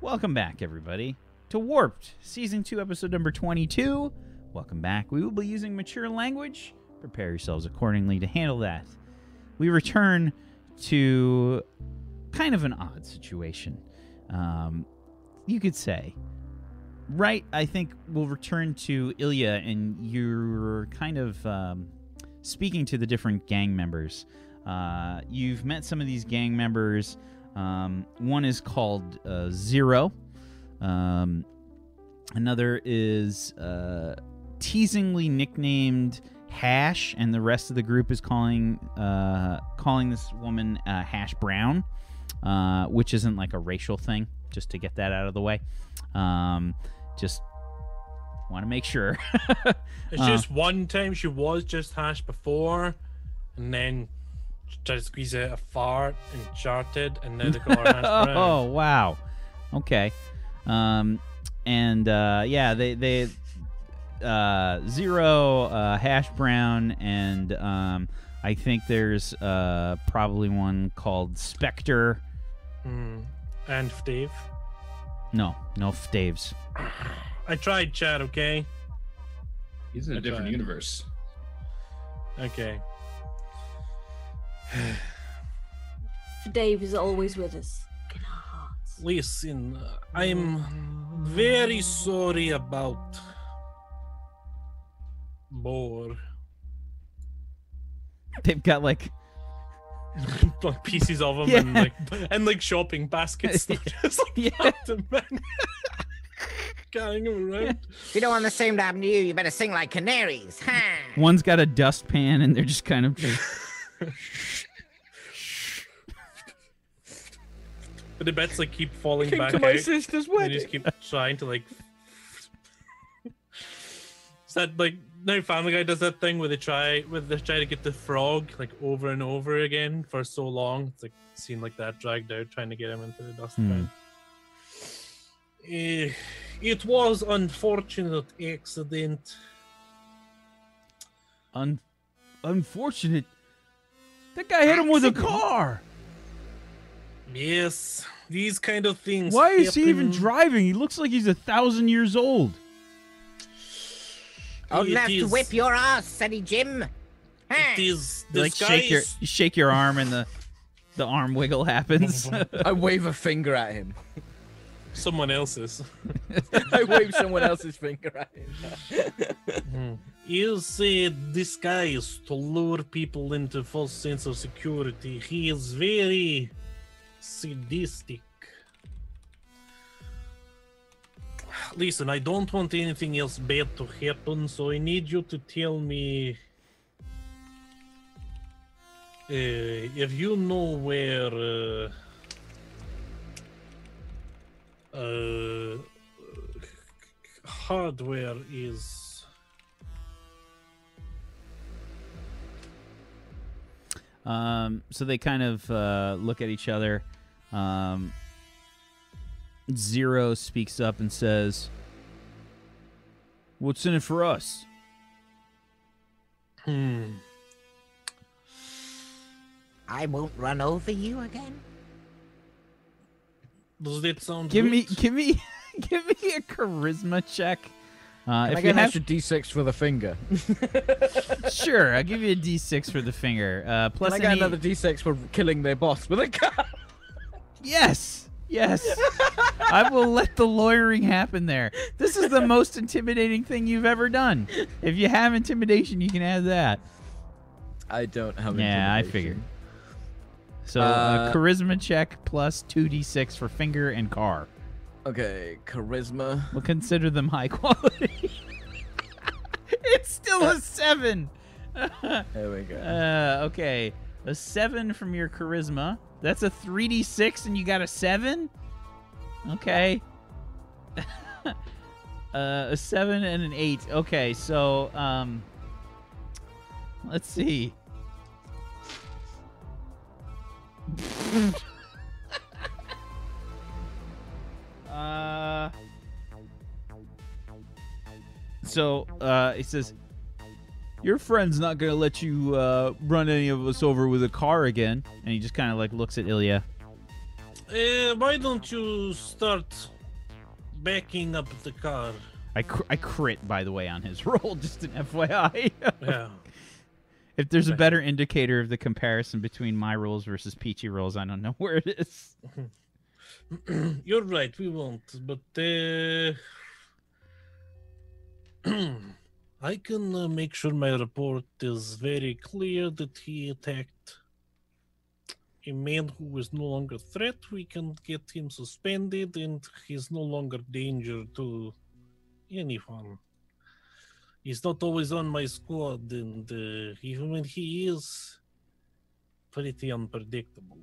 Welcome back, everybody, to Warped, Season 2, Episode Number 22. Welcome back. We will be using mature language. Prepare yourselves accordingly to handle that. We return to kind of an odd situation. Um, you could say, right? I think we'll return to Ilya, and you're kind of um, speaking to the different gang members. Uh, you've met some of these gang members. Um, one is called uh, Zero. Um, another is uh, teasingly nicknamed Hash, and the rest of the group is calling uh, calling this woman uh, Hash Brown, uh, which isn't like a racial thing. Just to get that out of the way, um, just want to make sure. It's Uh. just one time she was just hash before, and then she tried to squeeze out a fart and charted, and now they got her hash brown. oh wow okay um and uh yeah they they uh zero uh hash brown and um i think there's uh probably one called spectre Mm. And Dave. no no f- daves I tried chat, okay? He's in a I different tried. universe. Okay. Dave is always with us in our hearts. Listen, uh, I'm very sorry about Boar. they've got like like pieces of them Yeah. and like and like shopping baskets. They're just like yeah them and carrying them around. If you don't want the same to happen to you, you better sing like canaries, huh? one's got a dustpan and they're just kind of But the bets like keep falling back out. sister's They just keep trying to like. It's that like now Family Guy does that thing where they try with they try to get the frog like over and over again for so long. It's like a scene like that dragged out trying to get him into the Hmm. dustbin. Eh, It was unfortunate accident. un- unfortunate that guy hit him with a car Yes, these kind of things. why is he even happen. driving he looks like he's a thousand years old Old It enough to is- whip your ass, sonny Jim. Huh? It is You, like shake your disguised- you shake your arm and the the arm wiggle happens. I wave a finger at him. someone else's. I wave someone else's finger at him. Hmm. Hmm. Is a disguise to lure people into false sense of security. He is very sadistic. Listen, I don't want anything else bad to happen, so I need you to tell me uh, if you know where uh, uh, hardware is. um, so they kind of uh, look at each other. Um, Zero speaks up and says, "What's in it for us?" Hmm. I won't run over you again. Does that sound Give me, good? give me, give me a charisma check. Uh, Can I if get you an have, extra d6 for the finger? sure, I'll give you a D6 for the finger. Uh, plus Can I get any- another d6 for killing their boss with a gun? Yes. Yes. I will let the lawyering happen there. This is the most intimidating thing you've ever done. If you have intimidation, you can add that. I don't have Yeah, I figured. So, uh, Uh, charisma check plus 2d6 for finger and car. Okay, charisma. We'll consider them high quality. it's still a 7. There we go. Uh, okay. A 7 from your charisma. That's a 3d6 and you got a 7? Okay. uh, a 7 and an 8. Okay, so um let's see. uh so uh it says your friend's not gonna let you uh, run any of us over with a car again. And he just kind of like looks at Ilya. Uh, why don't you start backing up the car. I, cr- I crit, by the way, on his roll, just an FYI. Yeah. if there's a Right. better indicator of the comparison between my rolls versus Peachy rolls, I don't know where it is. You're right, we won't, but uh, I can uh, make sure my report is very clear that he attacked a man who is no longer a threat. We can get him suspended, and he's no longer danger to anyone. He's not always on my squad, and uh, even when he is, pretty unpredictable.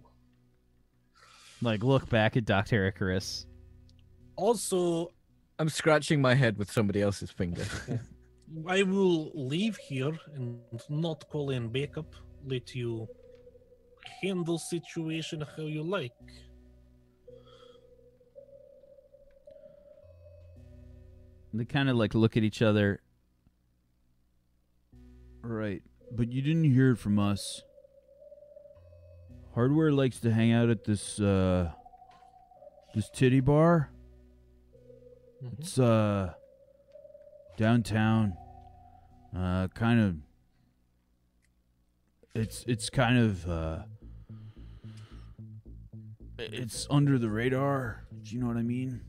Like, look back at Dr. Icarus. Also, I'm scratching my head with somebody else's finger. I will leave here and not call in backup. Let you handle situation how you like. They kind of like look at each other. Right, but you didn't hear it from us. Hardware likes to hang out at this uh this titty bar. It's uh downtown. Uh kind of it's it's kind of uh it's under the radar. Do you know what I mean?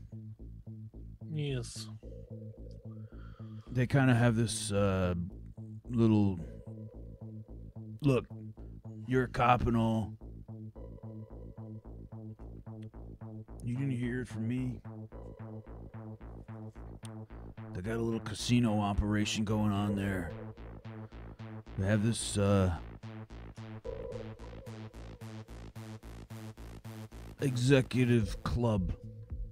Yes. they kind of have this uh, little look. You're a cop and all. You didn't hear it from me. They got a little casino operation going on there. They have this uh, executive club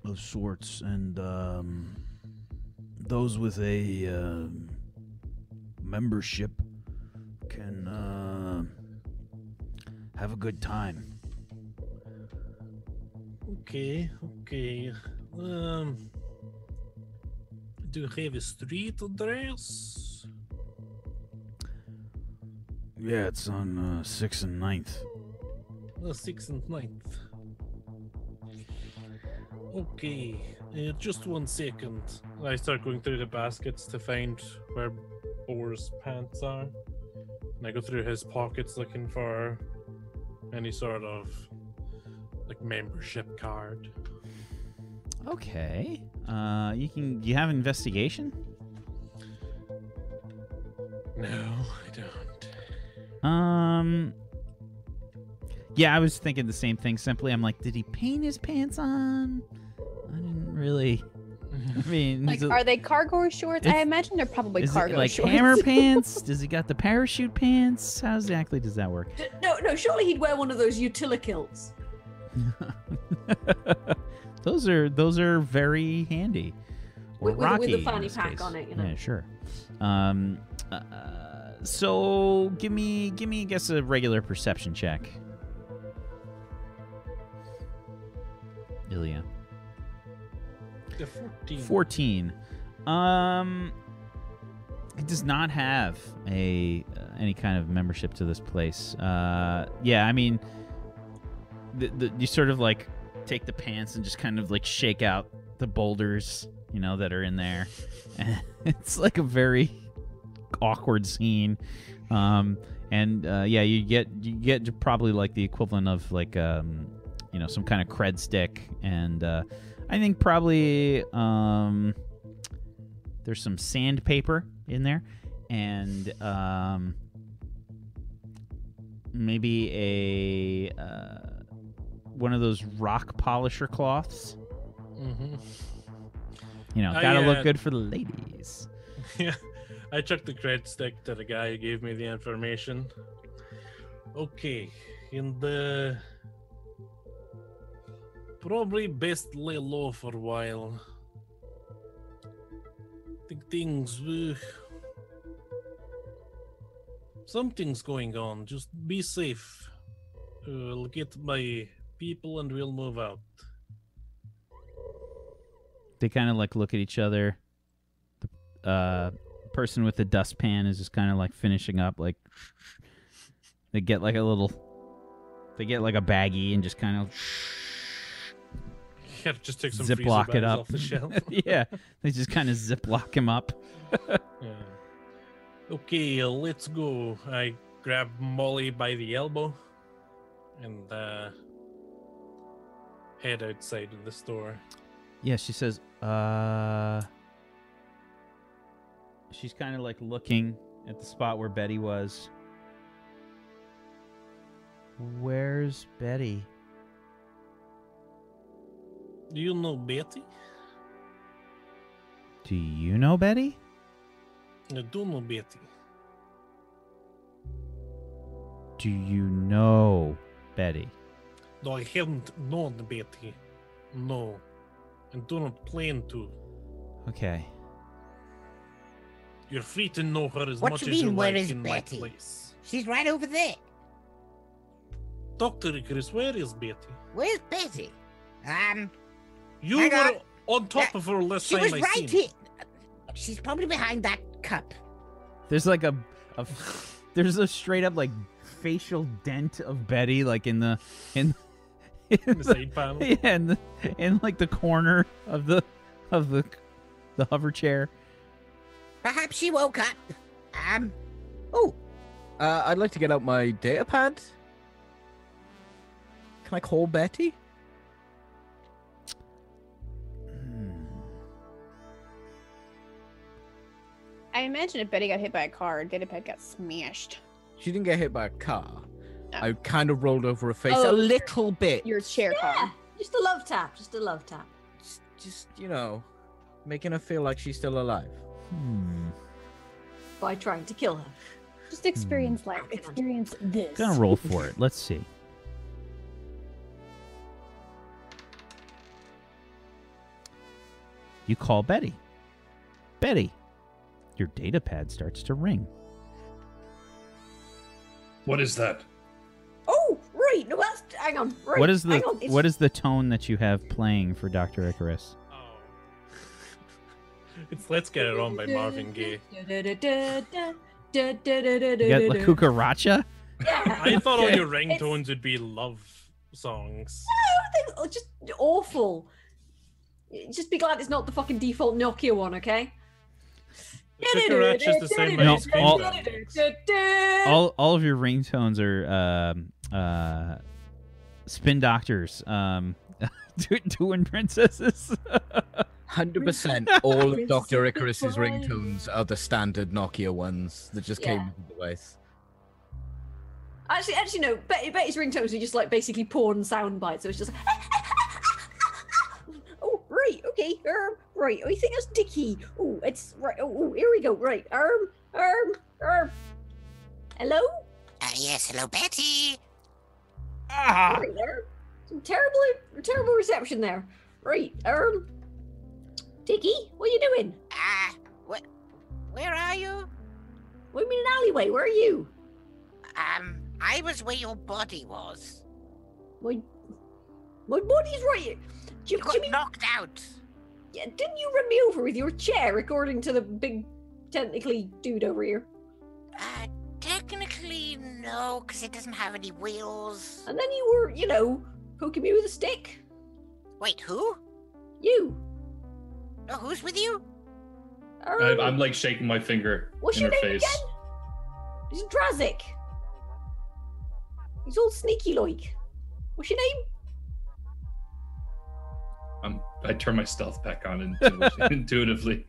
of sorts, and um, those with a um membership can uh, have a good time. Okay. Okay. Um. Do you have a street address? Yeah, it's on uh, 6th and ninth. The sixth and ninth. Okay, uh, just one second. I start going through the baskets to find where Boar's pants are. And I go through his pockets looking for any sort of like membership card. Okay. Uh, you can. You have investigation. No, I don't. Um. Yeah, I was thinking the same thing. Simply, I'm like, did he paint his pants on? I didn't really. I mean, Like, is it- are they cargo shorts? I It's- imagine they're probably is it cargo like shorts. hammer pants? Does he got the parachute pants? How exactly does that work? D- No, no, surely he'd wear one of those utilikilts. those are those are very handy. Or With- with- with a Rocky in fanny this pack case. on it, you know. Yeah, sure. Um, uh, so give me give me I guess a regular perception check. Ilya. The 14. 14 um it does not have a uh, any kind of membership to this place uh yeah i mean the, the, you sort of like take the pants and just kind of like shake out the boulders you know that are in there and it's like a very awkward scene um and uh, yeah you get you get probably like the equivalent of like um you know some kind of cred stick and uh I think probably um, there's some sandpaper in there, and um, maybe a uh, one of those rock polisher cloths. Mhm. You know, Oh, gotta yeah. look good for the ladies. Yeah, I took the credit stick to the guy who gave me the information. Okay, and uh, probably best lay low for a while. Think things. Uh, something's going on. Just be safe. I'll get my people and we'll move out. They kind of like look at each other. The uh, person with the dustpan is just kind of like finishing up. Like they get like a little, they get like a baggie and just kind of Yeah, just take some freezer ziploc it bags up. off the shelf. yeah, they just kind of ziplock him up. Yeah. Uh, Okay, uh, let's go. I grab Molly by the elbow and uh, head outside of the store. Yeah, she says, uh. She's kind of like looking at the spot where Betty was. Where's Betty? Do you know Betty? Do you know Betty? I do know Betty. Do you know Betty? No, I haven't known Betty. No. And do not plan to. Okay. You're free to know her as What much you as you mean, where like is in Betty? my place. She's right over there. Dr. Icarus, where is Betty? Where's Betty? Um, You Hang were on top Yeah, of her last she time was I right seen. here. She's probably behind that cup. There's like a, a there's a straight up like facial dent of Betty like in the in, in in the the- side panel. yeah, in, the, in like the corner of the of the the hover chair. Perhaps she woke up. Um, oh, Uh, I'd like to get out my data pad. Can I call Betty? I imagine if Betty got hit by a car, data pad got smashed. She didn't get hit by a car. No. I kind of rolled over her face Oh, a your- little bit. Your chair Yeah, car. just a love tap. Just a love tap. It's just, you know, making her feel like she's still alive. Hmm. By trying to kill her. Just experience life. Experience this. Gonna roll for it. Let's see. You call Betty. Betty, your data pad starts to ring. What is that? Oh, right. No, that's hang on. Right, What is the hang on, it's- what is the tone that you have playing for Doctor Icarus? Oh. it's Let's Get It On by Marvin Gaye. You got La Cucaracha? Yeah. I thought all Okay. your ringtones would be love songs. Everything's all just awful. Just be glad it's not the fucking default Nokia one, okay? Cucaracha is the same No, way as all- Cucaracha. Eh. all all of your ringtones are um, uh, spin doctors um, do- doing princesses. 100% all of Princess Dr. Goodbye. Icarus's ringtones are the standard Nokia ones that just Yeah. came with the device. Actually, actually, no. Betty, Betty's ringtones are just like basically porn sound bites. So it's just. oh, right. Okay. Um. Right. I think that's Dicky. Oh, it's right. Oh, oh, here we go. Right. Um. Um. Um. Hello. uh, yes, hello, Betty. ah! Right there. Some terrible, terrible reception there. Right. Um. Dicky, what are you doing? Ah, what? Where are you? We're in an alleyway. Where are you? Um, I was where your body was. My, my body's right. Jim, You got Jimmy, knocked out. yeah, didn't you run me over with your chair, according to the big, technically dude over here? Uh, technically, no, because it doesn't have any wheels. And then you were, you know, poking me with a stick. Wait, who? You. No, who's with you? Um, I, I'm like shaking my finger What's in your her name face. again? He's Drazik. He's all sneaky like. What's your name? I'm, I turn my stealth back on intuitively. intuitively.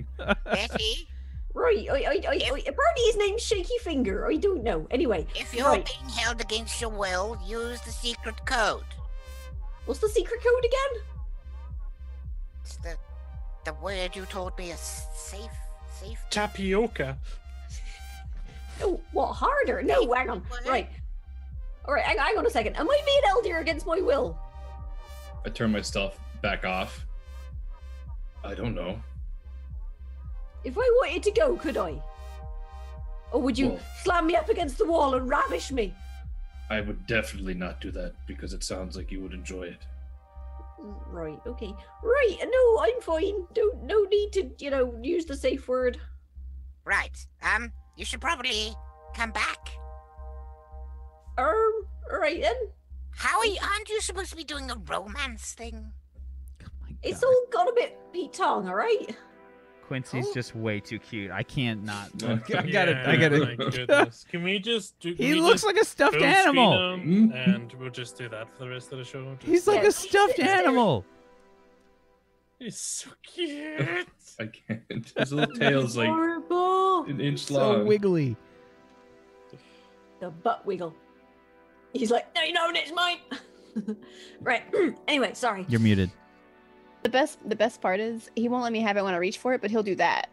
Betty, Right. I, I, I, I, apparently his name's Shaky Finger. I don't know. Anyway, if you're Right. being held against your will, use the secret code. what's the secret code again? It's the the word you told me is safe, safe. Tapioca. No, Oh, what harder? No, hang on. What? Right. All right, hang, hang on a second. Am I being held here against my will? I turn my stealth back off. I don't know. If I wanted to go, could I? Or would you Well- slam me up against the wall and ravish me? I would definitely not do that because it sounds like you would enjoy it. Right, okay. Right, no, I'm fine. Don't no need to, you know, use the safe word. Right. Um, you should probably come back. Um, all right then. How are you? Aren't you supposed to be doing a romance thing? Oh my It's God. all got a bit beat on, all right? Quincy's Oh. just way too cute. I can't not. Oh, Look. I gotta. Yeah, I gotta. My goodness. Can we just? Do, can He we looks just like a stuffed full screen animal. him and we'll just do that for the rest of the show. Just- He's like Yeah. a stuffed animal. He's so cute. I can't. His little tail's like Horrible. an inch So long. wiggly. The butt wiggle. He's like, no, no, it's mine. right. anyway, sorry. You're muted. The best the best part is he won't let me have it when I reach for it, but he'll do that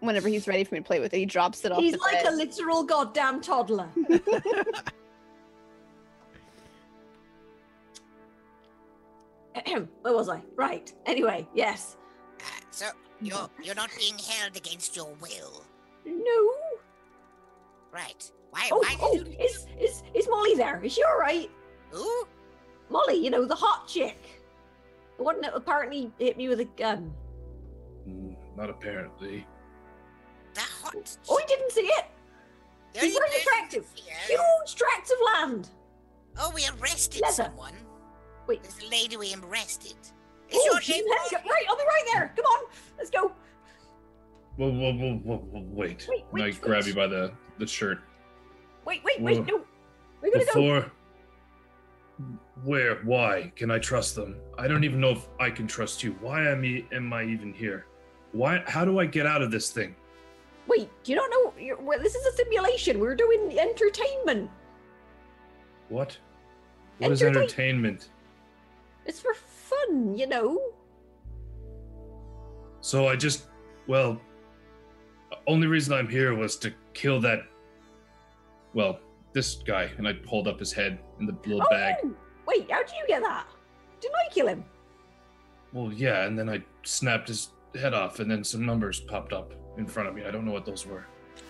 whenever he's ready for me to play with it. He drops it off. He's the like bed. a literal goddamn toddler. Ahem, Where was I? Right. Anyway, yes. Uh, so you're you're not being held against your will, No. right? Why? Oh, why oh, did you? is is is Molly there? Is she all right? Who? Molly, you know the hot chick, the one that apparently hit me with a gun. Mm, Not apparently. The hot. Oh, I didn't see it. the only she's very person attractive. here- Huge tracts of land. Oh, we arrested Leather. someone. Wait. This lady we arrested. Is Oh, your she's name? in Hesga. Right, I'll be right there. Come on, let's go. Whoa, whoa, whoa, whoa, whoa, wait. Wait, And I wait, grab wait. you by the, the shirt. Wait, Whoa. wait, Hmm. wait. No, we're gonna go. Before. Where? Why can I trust them? I don't even know if I can trust you. Why am I, am I even here? Why? How do I get out of this thing? Wait, you don't know? You're, well, this is a simulation. We're doing entertainment. What? What is Entertain- entertainment? It's for fun, you know. So I just, well, only reason I'm here was to kill that, well, this guy. And I hold up his head in the little bag. Oh, wait, how did you get that? Didn't I kill him? Well, yeah, and then I snapped his head off, and then some numbers popped up in front of me. I don't know what those were.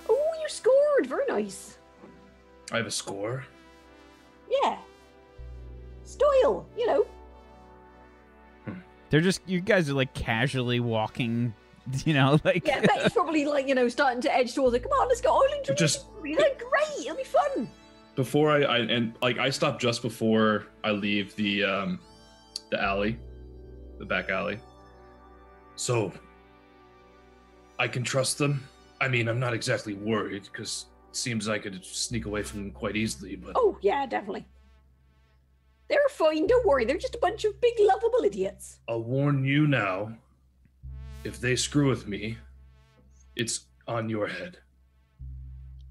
Oh, you scored. Very nice. I have a score. Yeah. Stoyle, you know. They're just. You guys are like casually walking. You know, like. Yeah, I bet he's probably like, you know, starting to edge towards it. Come on, let's go. I'll introduce Just- you. They're great. It'll be fun. Before I, I and like I stopped just before I leave the um the alley, the back alley. So I can trust them. I mean, I'm not exactly worried because it seems I could sneak away from them quite easily. But Oh, yeah, definitely. They're fine. Don't worry. They're just a bunch of big, lovable idiots. I'll warn you now. If they screw with me, it's on your head.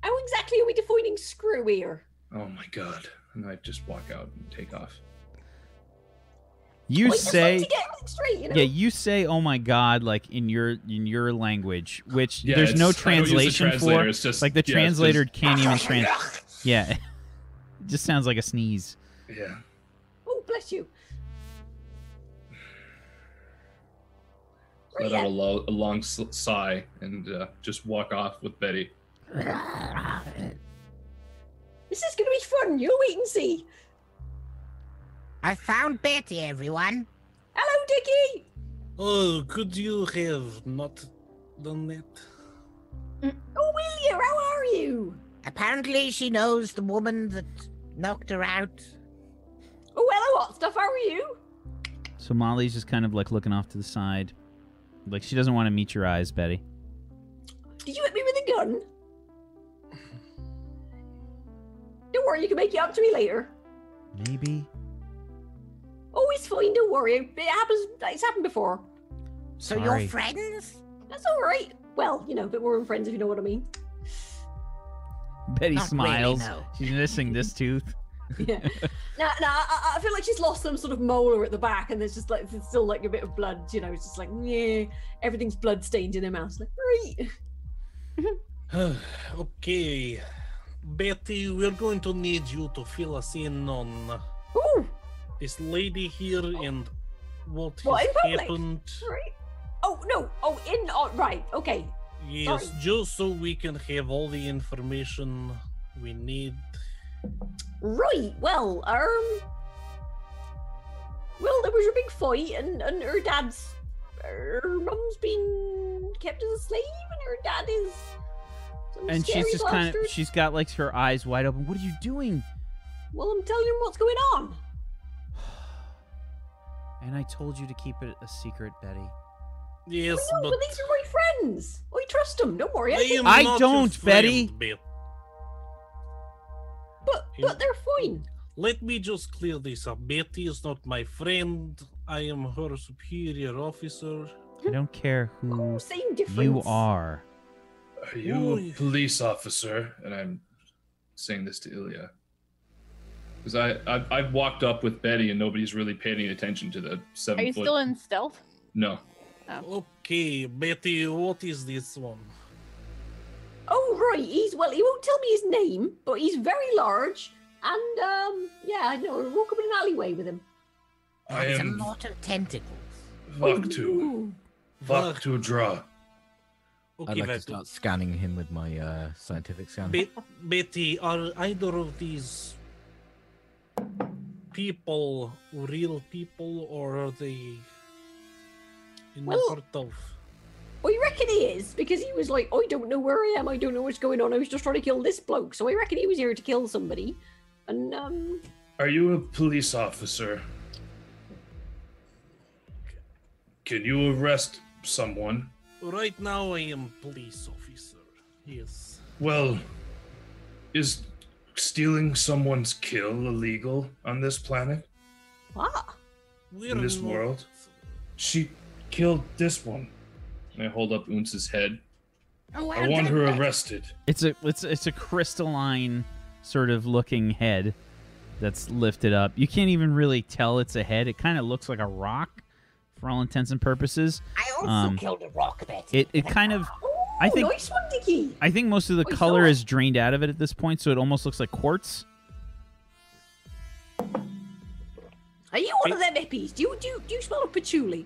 How exactly are we defining screw here? Oh my god. And I just walk out and take off. You Well, just like say. to get it straight, you know? Yeah, you say "Oh my god" like in your in your language, which Yeah, there's it's- no I don't use the translation translator, for. It's just Like the yeah, it's translator just- can't even translate. Yeah, it just sounds like a sneeze. yeah. Oh, bless you. Oh, Let Right, out a, lo- a long s- sigh and uh, just walk off with Betty. This is going to be fun. You'll wait and see. I found Betty, everyone. Hello, Dickie. oh, could you have not done that? Oh, will you? How are you? Apparently, she knows the woman that knocked her out. Oh, hello, hot stuff. How are you? So Molly's just kind of like looking off to the side, like she doesn't want to meet your eyes, Betty. Did you hit me with a gun? Don't worry, you can make it up to me later. Maybe. Oh, it's fine. Don't worry. It happens. It's happened before. So Sorry. you're friends? That's all right. Well, you know, but we're friends if you know what I mean. Betty Not really, smiles. no. She's missing this tooth. Yeah. now, now I, I- I feel like she's lost some sort of molar at the back, and there's just like there's still like a bit of blood. You know, it's just like yeah, everything's blood stained in her mouth. It's like great. okay. Betty, we're going to need you to fill us in on uh, Ooh, this lady here and what has What, in public? happened. right. Oh no. Oh, in. Oh, right. Okay. Yes, just so we can have all the information we need. Right. Well, um. Well, there was a big fight, and and her dad's, her mum's been kept as a slave, and her dad is. Some And she's scary just kind of bastard. she's got like her eyes wide open. What are you doing? Well, I'm telling him what's going on. And I told you to keep it a secret, Betty. Yes, No, but these are my friends. I trust them. Don't worry. I I, think, am I not your don't, friend, Betty. Beth. but but they're fine. Let me just clear this up. Betty is not my friend. I am her superior officer. I don't care who Oh, same difference. you are. Are you Ooh. a police officer? And I'm saying this to Ilya. Because I, I've, I've walked up with Betty and nobody's really paid any attention to the seven Are you foot. still in stealth? No. Oh. Okay, Betty, what is this one? Oh right, he's well. He won't tell me his name, but he's very large. And um, yeah, I know. I'll walk up in an alleyway with him. I It's a am lot of tentacles. fuck to. Ooh. Fuck to draw. Okay, I'd like to Vato. start scanning him with my uh, scientific scan. Be- Betty, are either of these people real people or are they in Well- the heart of? Well, you reckon he is because he was like, I don't know where I am. I don't know what's going on. I was just trying to kill this bloke. So I reckon he was here to kill somebody. And um, Are you a police officer? Can you arrest someone? Right now, I am police officer. Yes. Well, is stealing someone's kill illegal on this planet? ah, We're this not- world? She killed this one. And I hold up Unce's head. Oh, I want her arrested. It's a it's it's a crystalline sort of looking head that's lifted up. You can't even really tell it's a head. It kind of looks like a rock for all intents and purposes. I also Um, killed a rock bat. It it kind of Oh, I think- nice one, Dicky. I think most of the Oh, it's color not. is drained out of it at this point, so it almost looks like quartz. Are you one of them hippies? Do you do you, do you smell of patchouli?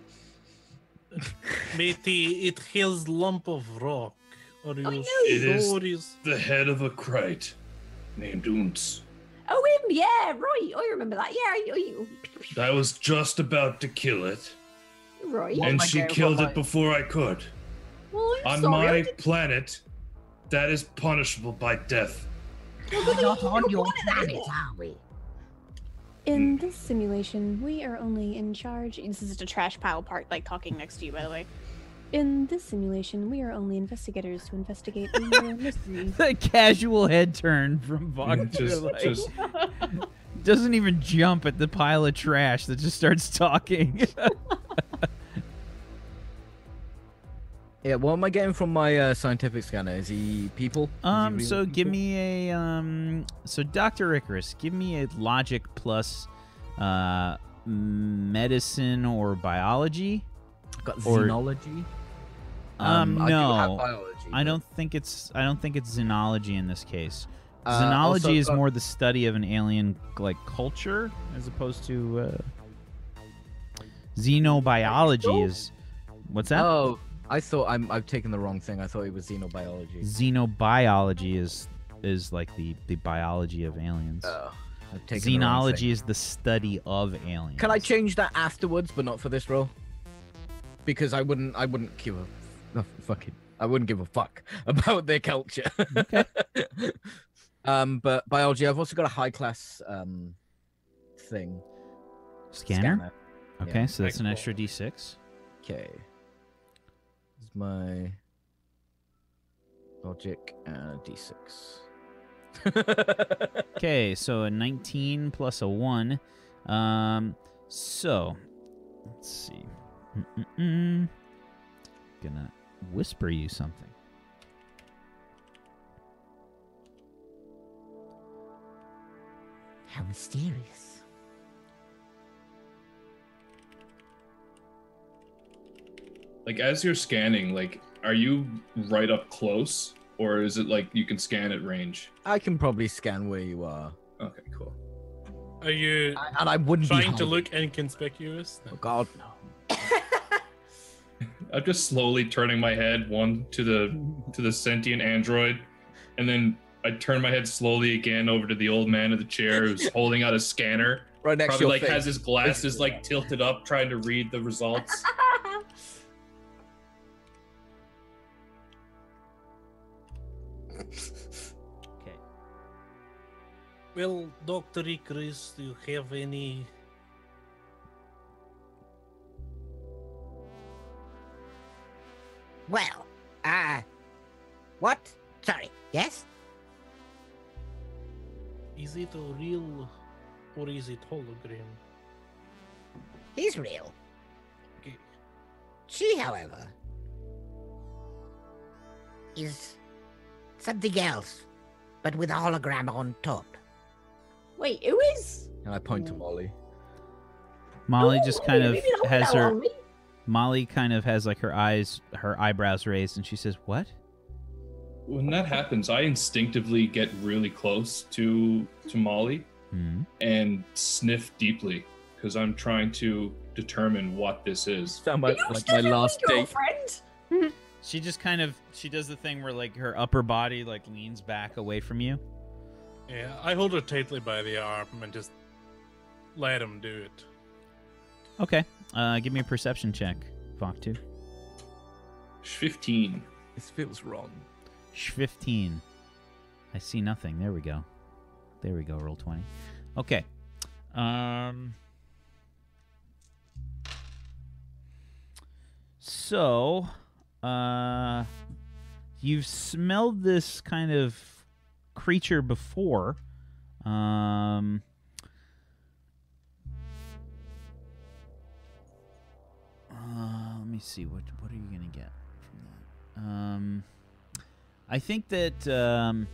Betty, it has lump of rock. Are you know. It is. sure it's- The head of a crite named Unce. Oh, him, yeah, right. I remember that. Yeah, I- I- I was just about to kill it, right. and Oh my she God, killed what it my- before I could. Well, I'm On sorry. I my didn't planet, that is punishable by death. We're not on your wanted that. planet, are we? In this simulation, we are only in charge. This is just a trash pile part, like talking next to you, by the way. In this simulation, we are only investigators to investigate the moral mystery. The casual head turn from Vox to Just- like- just- Mm, doesn't even jump at the pile of trash that just starts talking. Yeah, what am I getting from my uh, scientific scanner? Is he people? Is he Um, real so give people? me a um, so Doctor Icarus, give me a logic plus, uh, medicine or biology. Got or- xenology. Um, I do have no, biology, I but- don't think it's I don't think it's xenology in this case. Uh, xenology also is got- more the study of an alien like culture as opposed to uh, xenobiology is what's that? Oh, I thought I'm, I've taken the wrong thing. I thought it was xenobiology. Xenobiology is is like the the biology of aliens. Oh, I've taken the wrong thing. Xenology is the study of aliens. Can I change that afterwards, but not for this role? Because I wouldn't, I wouldn't give a, a fucking, I wouldn't give a fuck about their culture. Okay. um, but biology. I've also got a high class um thing. Scanner? Yeah. Okay, so that's an Excellent. extra D6. Okay. This is my logic uh, and a d6. Okay, so a 19 plus a 1. Um, so, let's see. Mm-mm-mm. Gonna whisper you something. How mysterious. Like as you're scanning, like are you right up close, or is it like you can scan at range? I can probably scan where you are, Okay, cool. Are you I- and I wouldn't be trying to hiding. look inconspicuous? Oh God, no. I'm just slowly turning my head one to the to the sentient android, and then I turn my head slowly again over to the old man in the chair who's holding out a scanner. Right next to Probably your like face. has his glasses like tilted up, trying to read the results. Okay. Well, Dr. Icarus, do you have any Well, uh, what? Sorry, yes? Is it a real or is it hologram? He's real. Okay. She, however, is something else, but with a hologram on top. Wait, who is? And I point to Molly. Molly Oh, just kind wait, of you mean hold has out her on me? Molly kind of has like her eyes her eyebrows raised and she says, "What?" When that happens, I instinctively get really close to to Molly Hmm. and sniff deeply because I'm trying to determine what this is. Sound Are like, you like still my with last your date. girlfriend? She just kind of she does the thing where like her upper body like leans back away from you. Yeah, I hold her tightly by the arm and just let him do it. Okay. Uh give me a perception check, Voktu. 15. This feels wrong. Sh- 15. I see nothing. There we go. There we go. Roll 20. Okay. Um So, uh you've smelled this kind of creature before. Um uh, let me see what what are you going to get from that? Um I think that um,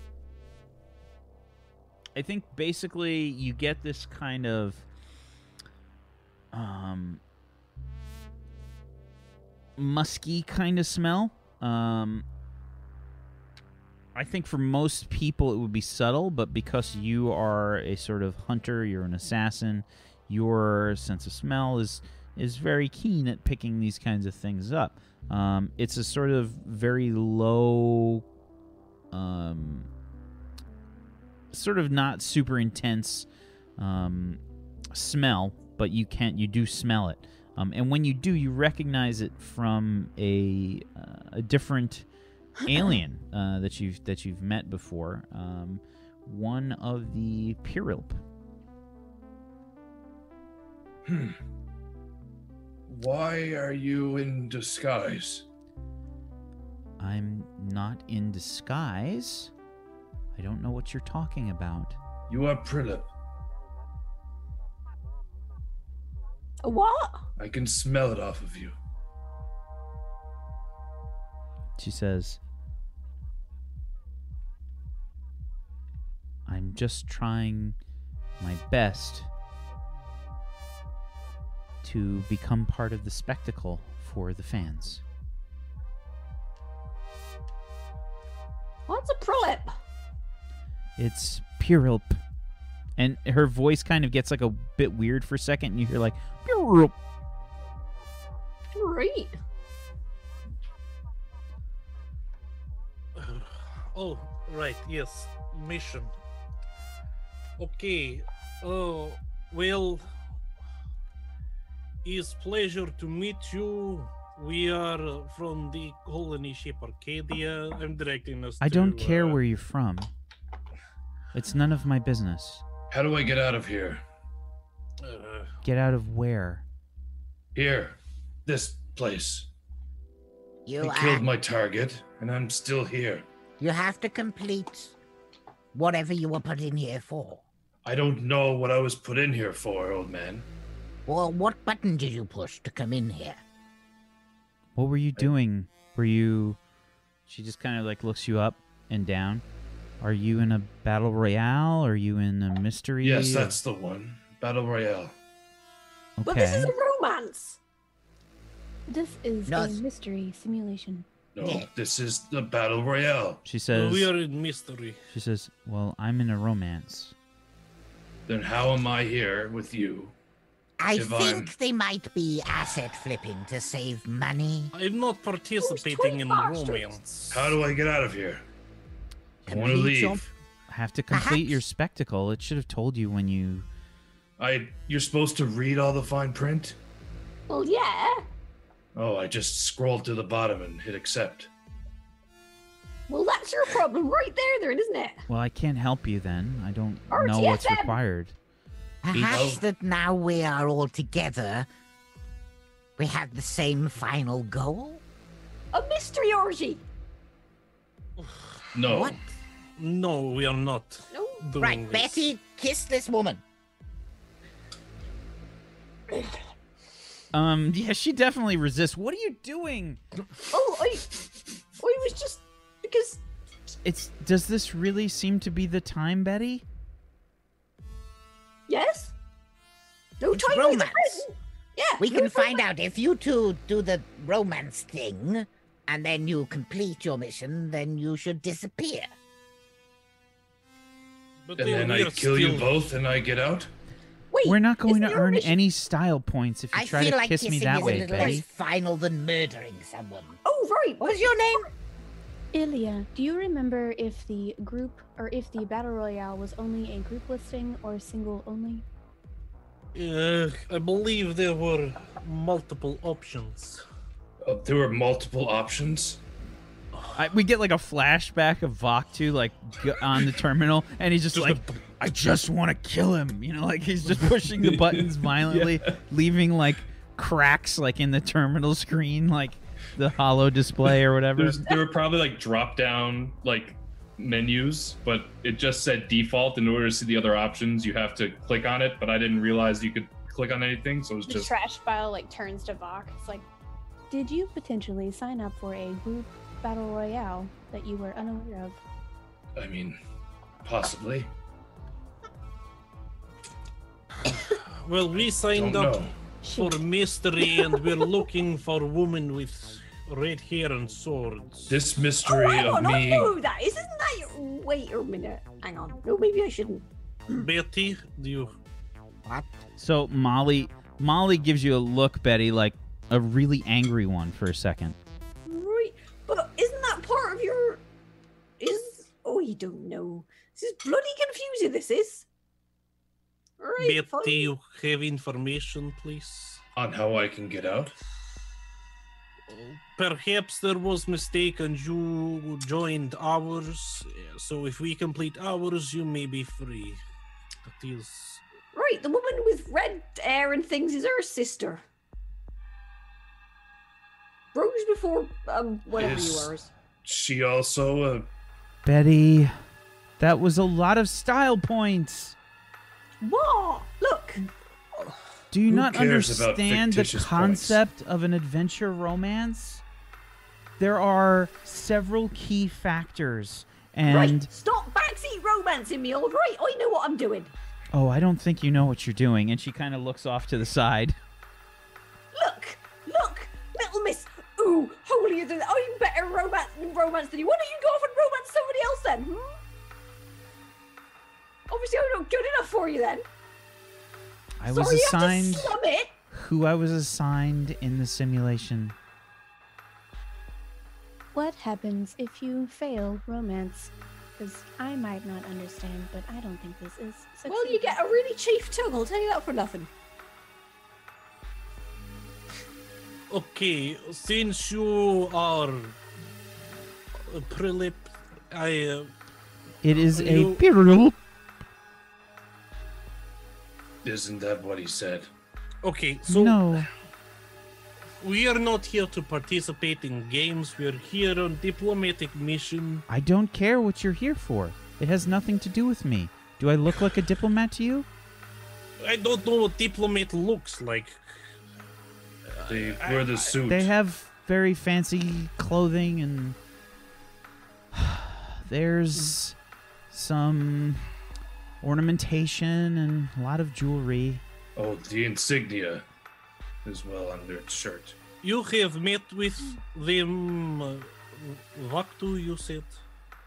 I think basically you get this kind of um, musky kind of smell. Um, I think for most people it would be subtle, but because you are a sort of hunter, you're an assassin, your sense of smell is is very keen at picking these kinds of things up. Um, it's a sort of very low, um, sort of not super intense um, smell, but you can you do smell it, um, and when you do, you recognize it from a uh, a different alien uh, that you've that you've met before. Um, one of the Pirilp. Why are you in disguise? I'm not in disguise. I don't know what you're talking about. You are Prilip. A What? I can smell it off of you. She says, I'm just trying my best to become part of the spectacle for the fans. What's a prolip? It's Pirilp. And her voice kind of gets like a bit weird for a second, and you hear like, Pirilp. Great. oh, right, yes, mission. Okay, oh, well, it's pleasure to meet you. We are uh, from the colony ship Arcadia. I'm directing us. I don't to, care uh, where you're from. It's none of my business. How do I get out of here? uh, Get out of where? Here, this place. You I are, killed my target, and I'm still here. you have to complete whatever you were put in here for. I don't know what I was put in here for, old man. Well, what button did you push to come in here? What were you doing? Were you. She just kind of like looks you up and down. Are you in a battle royale? Are you in a mystery? Yes, that's the one. Battle Royale. Okay. But this is a romance. This is No, a it's- mystery simulation. No, this is the Battle Royale. She says. we are in mystery. She says, "Well, I'm in a romance." Then how am I here with you? I If think I'm- they might be asset flipping to save money. I'm not participating in 25 strings? romance. How do I get out of here? I want to Complete your- leave. I have to complete your Perhaps- spectacle. It should have told you when you. I you're supposed to read all the fine print? Well, yeah. Oh, I just scrolled to the bottom and hit accept. Well, that's your problem right there, then, isn't it? Well, I can't help you then. I don't know what's RTFM. required. Perhaps Oh. that now we are all together, we have the same final goal? A mystery orgy. No. What? No, we are not. No. doing Right, this. Betty, kiss this woman. Um, yeah, she definitely resists. What are you doing? Oh, I, I was just because It's does this really seem to be the time, Betty? yes. No It's time romance. like the present. Yeah. We no can time find out if you two do the romance thing and then you complete your mission, then you should disappear. But And we- then we I are kill you still- both and I get out? Wait, We're not is going to there a earn mission? any style points if you I try feel to like kiss me kissing that is a way, little Betty. less final than murdering someone. Oh, right. What was your name? Ilya, do you remember if the group or if the battle royale was only a group listing or single only? Uh, I believe there were multiple options. Uh, there were multiple options. I, we get like a flashback of Voktu like g- on the terminal, and he's just, Just like, "I just want to kill him," you know, like he's just pushing the buttons violently, leaving like cracks like in the terminal screen, like the hollow display or whatever. There's, there were probably like drop down like menus, but it just said default. In order to see the other options, you have to click on it. But I didn't realize you could click on anything, so it was The just trash pile like turns to Vok. It's like Did you potentially sign up for a group battle royale that you were unaware of? I mean, possibly. Well, we Don't signed up know. for Shit. mystery and we're looking for women with red hair and swords. This Oh, mystery hang of on, I me. know who that is. Isn't that your... Wait a minute. Hang on. No, maybe I shouldn't. Betty, do you What? So Molly, Molly gives you a look, Betty, like a really angry one for a second. Right. But isn't that part of your... Is... Oh, you don't know. This is bloody confusing, this is. Right, fine. Betty, you have information, please? on how I can get out. Perhaps there was mistake and you joined ours. So if we complete ours, you may be free. That is Right, the woman with red hair and things is her sister. Rose before um whatever Yes. you are. is- She also uh, Betty, that was a lot of style points. What? Look. Do you Who not cares about understand the fictitious points? concept of an adventure romance? There are several key factors, and Right. Stop backseat romancing me, all right? I know what I'm doing. oh, I don't think you know what you're doing. And she kind of looks off to the side. Look, look, little miss. Ooh, holier than I'm better romance romance than you. Why don't you go off and romance somebody else then? Hmm? Obviously, I'm not good enough for you then. I was Sorry, you assigned have to slum it. who I was assigned in the simulation. What happens if you fail romance? Because I might not understand, but I don't think this is. Well, you get a really chief tongue. I'll tell you that for nothing. okay. Since you are a prelip, I uh, It is Uh, a You- pirul. isn't that what he said? okay. So no, we are not here to participate in games. We are here on diplomatic mission. I don't care what you're here for. It has nothing to do with me. Do I look like a diplomat to you? I don't know what diplomat looks like. They wear the suit. They have very fancy clothing and there's some ornamentation and a lot of jewelry. oh, the insignia is well on their shirt. You have met with them, uh, Vaktu, you said?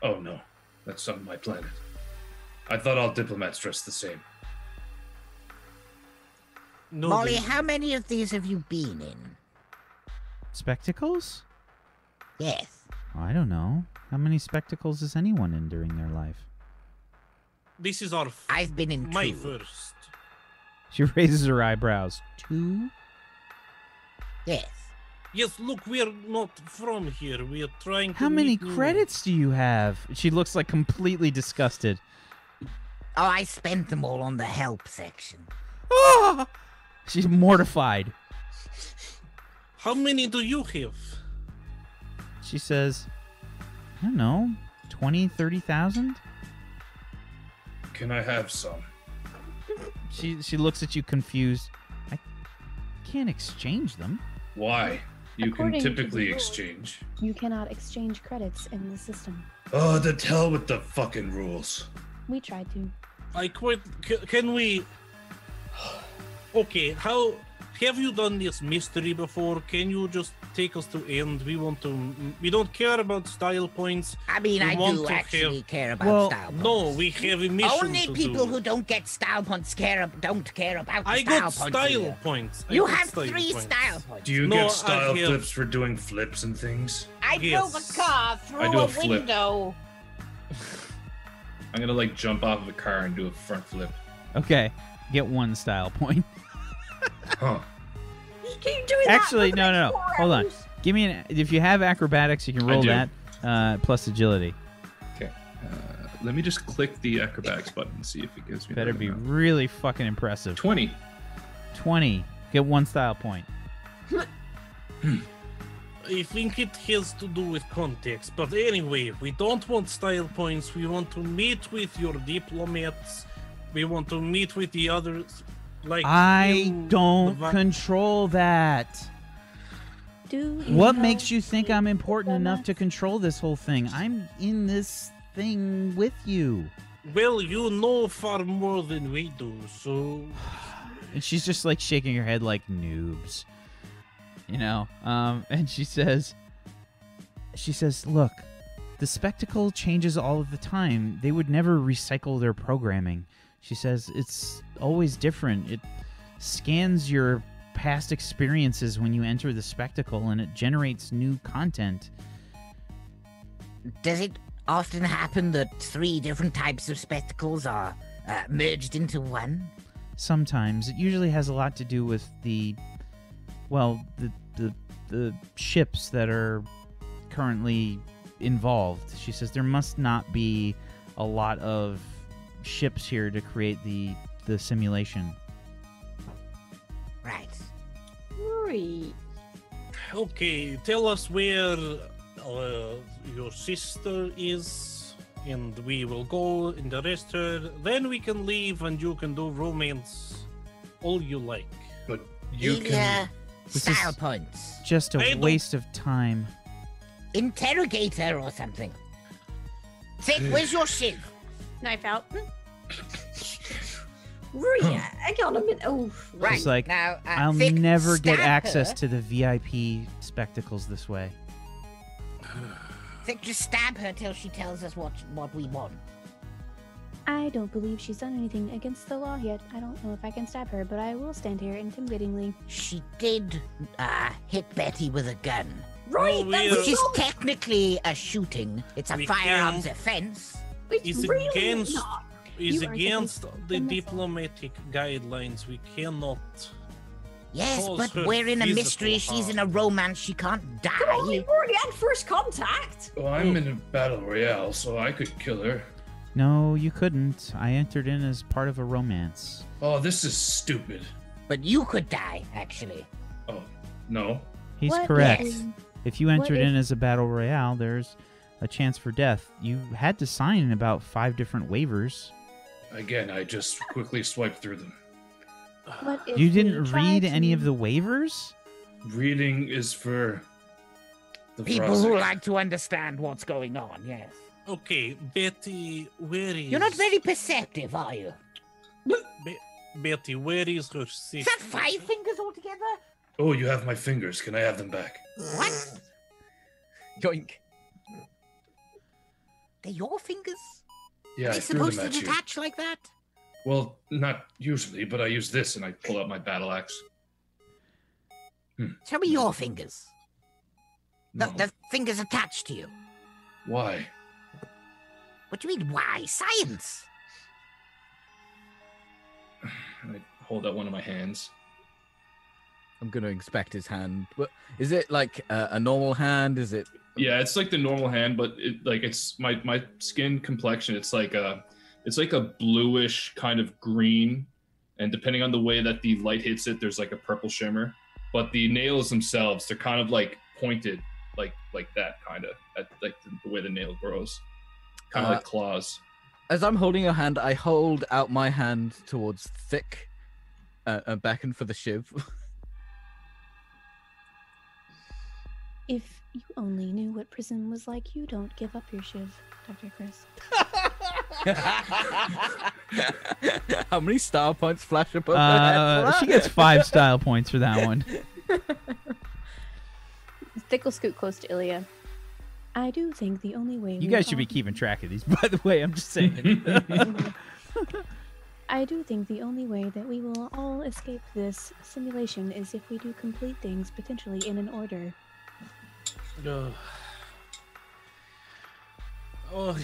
Oh no, that's not my planet. I thought all diplomats dressed the same. No, Molly, they- how many of these have you been in? Spectacles? Yes. I don't know. How many spectacles is anyone in during their life? this is our f- I've been in my two. first. She raises her eyebrows. Two? Yes. Yes, look, we're not from here. We are trying to. How many meet new- credits do you have? She looks like completely disgusted. Oh, I spent them all on the help section. Ah! She's mortified. How many do you have? She says, I don't know, 20, 30,000? Can I have some? She, she looks at you confused. I can't exchange them. Why? You According to can the typically rules. exchange. You cannot exchange credits in the system. Oh, the hell with the fucking rules. We tried to. I quite. C- can we? Okay, how have you done this mystery before? Can you just take us to end? We want to. We don't care about style points. I mean, We I want do to actually care about Well, style points. No, we have a mission Only to people do. who don't get style points care ab- don't care about the I style got points. style here. points. I You got have style three points. style points. Do you No, I get style have- flips for doing flips and things? I drove Yes. a car through do a a flip. window. I'm gonna like jump off of a car and do a front flip. Okay, get one style point. Huh. You keep doing that for Actually, the no, no, no. next four Hold on. hours. Give me an. If you have acrobatics, you can I roll do. that uh, plus agility. Uh, let me just click the acrobatics button and see if it gives me. Better that or be not. really fucking impressive. twenty. 20. Get one style point. I think it has to do with context. But anyway, we don't want style points. We want to meet with your diplomats. We want to meet with the others. Like I you, don't Levi- control that. Do you What know makes you think I'm important so enough to much? control this whole thing? I'm in this thing with you. Well, you know far more than we do, so And she's just like shaking her head like noobs. You know? Um, and she says, she says, look, the spectacle changes all of the time. They would never recycle their programming. She says, it's always different. It scans your past experiences when you enter the spectacle and it generates new content. Does it often happen that three different types of spectacles are uh, merged into one? sometimes it usually has a lot to do with the well the the, the ships that are currently involved she says there must not be a lot of ships here to create the the simulation Right. Right. okay. Tell us where uh, your sister is, and we will go and arrest her. Then we can leave, and you can do romance all you like. But you Either can. This is- style points. just a I don't- waste of time Interrogator or something. Sid, where's your shiv? knife out? Hmm. Hmm. Right. uh, Hang on a minute. Oh, Right. It's like, now, uh, i'll Thick, never get stab access to her. the vip spectacles this way Thick, just stab her till she tells us what, what we want. I don't believe she's done anything against the law yet. I don't know if I can stab her, but I will stand here intimidatingly. She did uh, hit Betty with a gun, Right. Well, that's which is not- technically a shooting. It's a We firearms can't- offense. it's is really against- not. Is You are the against dis- the the missile. diplomatic guidelines. We cannot. Yes, Cause but her we're in a physical mystery. She's in a harm. romance. She can't Come on, we've die. already had first contact. Well, I'm in a battle royale, so I could kill her. no you couldn't i entered in as part of a romance Oh, this is stupid. But you could die, actually. Oh no. he's What correct is- If you What entered if- in as a battle royale, there's a chance for death. You had to sign about five different waivers. Again, I just quickly swiped through them. What if you we didn't try read any of to- the waivers? Reading is for the People who Vrozek. like to understand what's going on, yes. Okay, Betty, where is You're not very perceptive, are you? Be- Betty, where is her Is sister? that five fingers altogether? Oh, you have my fingers. Can I have them back? What? Yoink. They're your fingers? Yeah, Are I they threw supposed them to at you. detach like that? Well, not usually, but I use this and I pull out my battle axe. Show me your fingers. The, No. the fingers attached to you. Why? What do you mean, why? Science! I hold out one of my hands. I'm gonna inspect his hand. But is it like a, a normal hand? Is it? Yeah, it's like the normal hand, but it, like it's my my skin complexion. It's like a it's like a bluish kind of green, and depending on the way that the light hits it, there's like a purple shimmer. But the nails themselves, they're kind of like pointed, like like that kind of like the, the way the nail grows, kind of Uh, like claws. As I'm holding your hand, I hold out my hand towards Thick uh, and beckon for the shiv. If you only knew what prison was like, you don't give up your shiv, Dr. Chris. How many star points flash above her Uh, head? she gets five style points for that one. Thick will scoot close to Ilya. I do think the only way You we guys should be all- keeping track of these, by the way. I'm just saying. I do think the only way that we will all escape this simulation is if we do complete things potentially in an order. Uh, oh,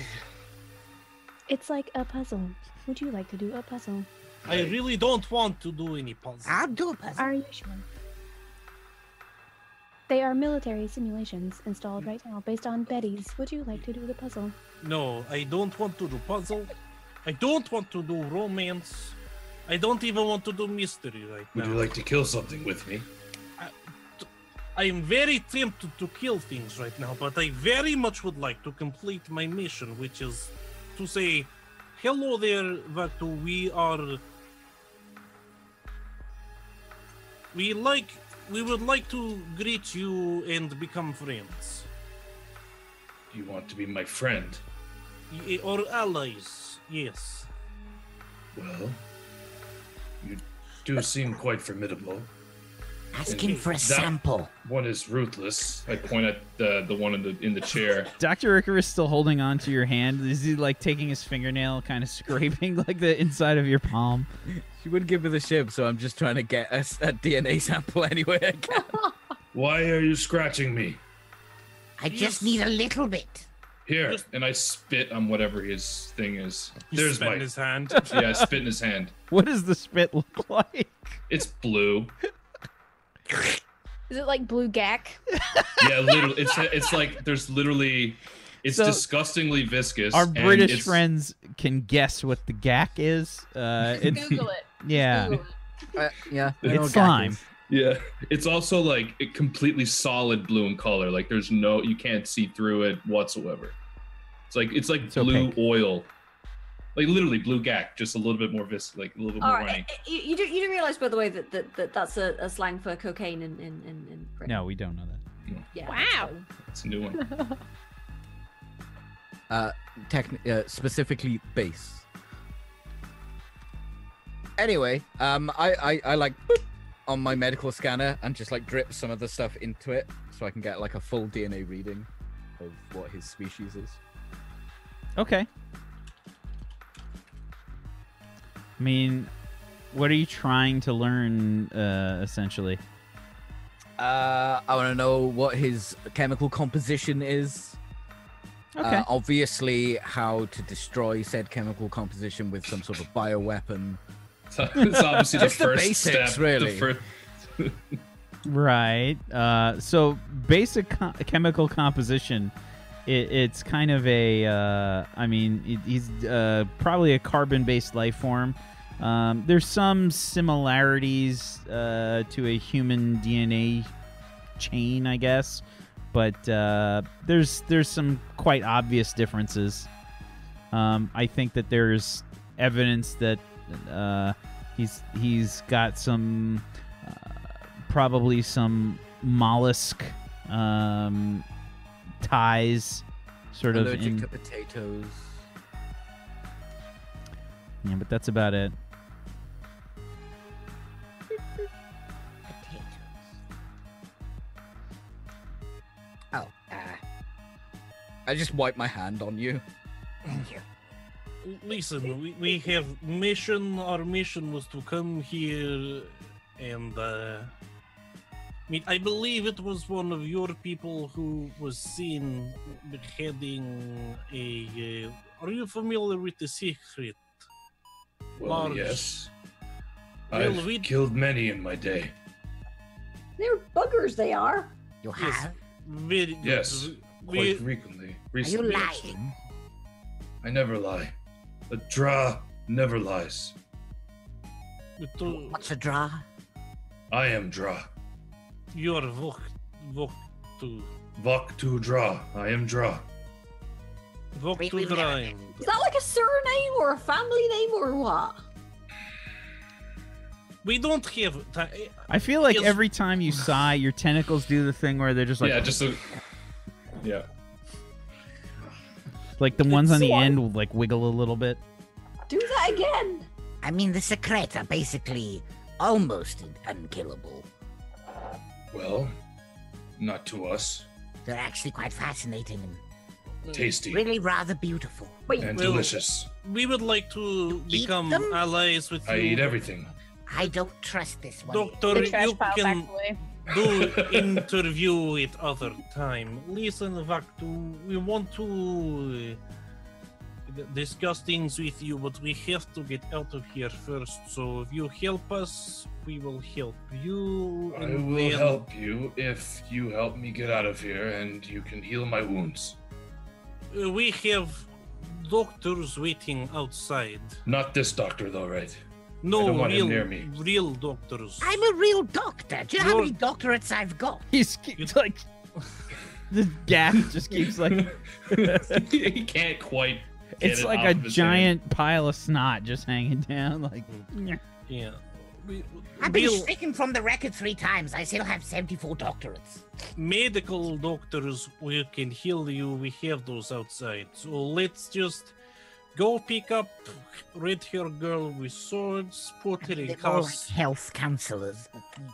It's like a puzzle. Would you like to do a puzzle? I really don't want to do any puzzles. I'll do a puzzle. Are you sure? They are military simulations Hmm. installed right now based on Betty's. Would you like to do the puzzle? No, I don't want to do puzzle. I don't want to do romance. I don't even want to do mystery right Would now. you like to kill something with me? I am very tempted to kill things right now, but I very much would like to complete my mission, which is to say, hello there, Vatu. We are. We like. We would like to greet you and become friends. Do you want to be my friend? Y- Or allies, yes. Well, you do seem quite formidable. Ask him for a That- sample. One is ruthless. I point at the the one in the in the chair. Dr. Icarus still holding on to your hand. Is he like taking his fingernail, kind of scraping like the inside of your palm? She would give me the shiv, so I'm just trying to get a, s- a DNA sample anyway. I can. Why are you scratching me? I just Yes. need a little bit. Here, Just- and I spit on whatever his thing is. He There's spat my in his hand. yeah, I spit in his hand. What does the spit look like? It's blue. Is it like blue gack? Yeah, literally, it's it's like there's literally, it's So- disgustingly viscous. Our and British it's- friends can guess what the gack is. Uh, it's Google it. yeah, Google it. Uh, yeah, I It's know what gack slime. is. Yeah, it's also like a completely solid blue in color. Like there's no, you can't see through it whatsoever. It's like it's like It's blue opaque. oil, like literally blue gack, just a little bit more vis, like a little bit All more right. runny. eh, eh, You, you do you do realize, by the way, that that, that that's a, a slang for cocaine in in in, in Britain. no, we don't know that. Yeah, Wow. so- It's a new one. Techni- uh, specifically bass. Anyway, um, I, I, I like boop on my medical scanner and just like drip some of the stuff into it so I can get like a full DNA reading of what his species is. Okay. I mean, what are you trying to learn uh, essentially? Uh, I want to know what his chemical composition is. Okay. Uh, obviously, how to destroy said chemical composition with some sort of bioweapon. So it's obviously the Just the first basics, step. really. The first, Right. Uh, so basic co- chemical composition, it, it's kind of a. Uh, I mean, it, he's uh, probably a carbon-based life form. Um, there's some similarities uh, to a human DNA chain, I guess, but uh, there's there's some quite obvious differences. Um, I think that there's evidence that uh, he's he's got some uh, probably some mollusk um, ties, sort of. Allergic in- to potatoes. yeah, but that's about it. Potatoes. Oh, uh, I just wipe my hand on you. thank you. Listen, we, we have mission. Our mission was to come here and uh, meet. I believe it was one of your people who was seen beheading a. Uh, are you familiar with the secret? well, Large. yes. Well, I've we- killed many in my day. They're buggers. They are. You Yes. have? Very good. Yes, We, Quite frequently. Are you Recently, actually. lying? I never lie. A draw never lies. to- What's a draw? I am draw. your Vok, Vok, to Vok to draw. I am draw. Walk We to will never Drine. Is that like a surname or a family name or what? We don't have time. I feel like Feels- every time you sigh, your tentacles do the thing where they're just like yeah, just a. Yeah. like the ones on the Sorry. end will like wiggle a little bit. Do that again. I mean, the Secrets are basically almost unkillable. Well, not to us. They're actually quite fascinating and Tasty really rather beautiful. Wait, and Well- delicious. We would like to eat become them? allies with you. I eat everything. I don't trust this one. Doctor, the trash you pile can back away. do interview at other time. Listen, Vaktu, we want to uh, d- discuss things with you, but we have to get out of here first. So if you help us, we will help you. I and will then- help you if you help me get out of here and you can heal my wounds. Uh, We have doctors waiting outside. Not this doctor, though, right? No don't want him real, near me. real doctors. I'm a real doctor. Do you know how You're- many doctorates I've got? He's keeps like the gap just keeps like he can't quite. get it's it like off a of his giant pile of snot just hanging down. Like Yeah. We- I've been real stricken from the record three times. I still have 74 doctorates. medical doctors who can heal you, we have those outside. So let's just go pick up red hair girl with swords, put her in They're more like cuffs. health counselors.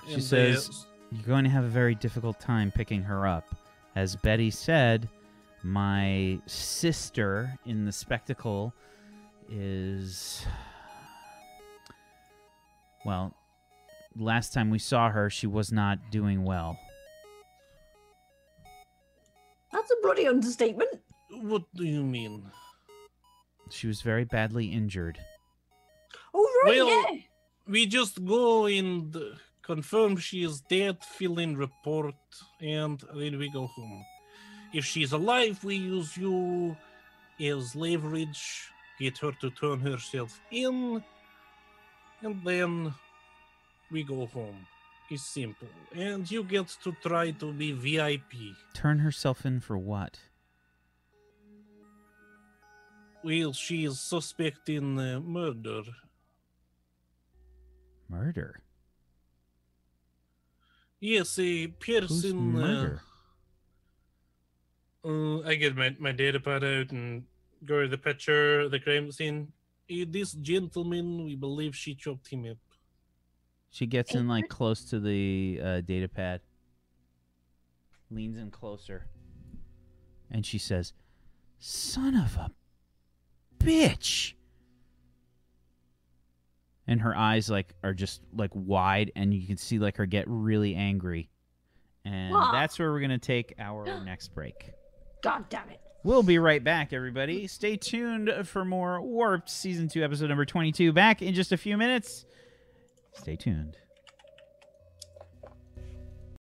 She and, uh, says- You're going to have a very difficult time picking her up. As Betty said, my sister in the spectacle is. Well, last time we saw her, she was not doing well. that's a bloody understatement. What do you mean? She was very badly injured. Oh right, Well- yeah. We just go and confirm she is dead, fill in report, and then we go home. If she's alive, we use you as leverage, get her to turn herself in, and then we go home. It's simple. And you get to try to be VIP. Turn herself in for what? Well, she is suspect in uh, murder. Murder. Yes, a Who's person. uh, murder? Uh, I get my, my data pad out and go to the picture, the crime scene. Eh, This gentleman, we believe she chopped him up. She gets in like close to the uh, data pad, leans in closer, and she says, "Son of a bitch!" And her eyes like are just like wide, and you can see like her get really angry. And Wow. that's where we're gonna take our next break. God damn it. We'll be right back, everybody. Stay tuned for more Warped Season 2, Episode number 22, back in just a few minutes. Stay tuned.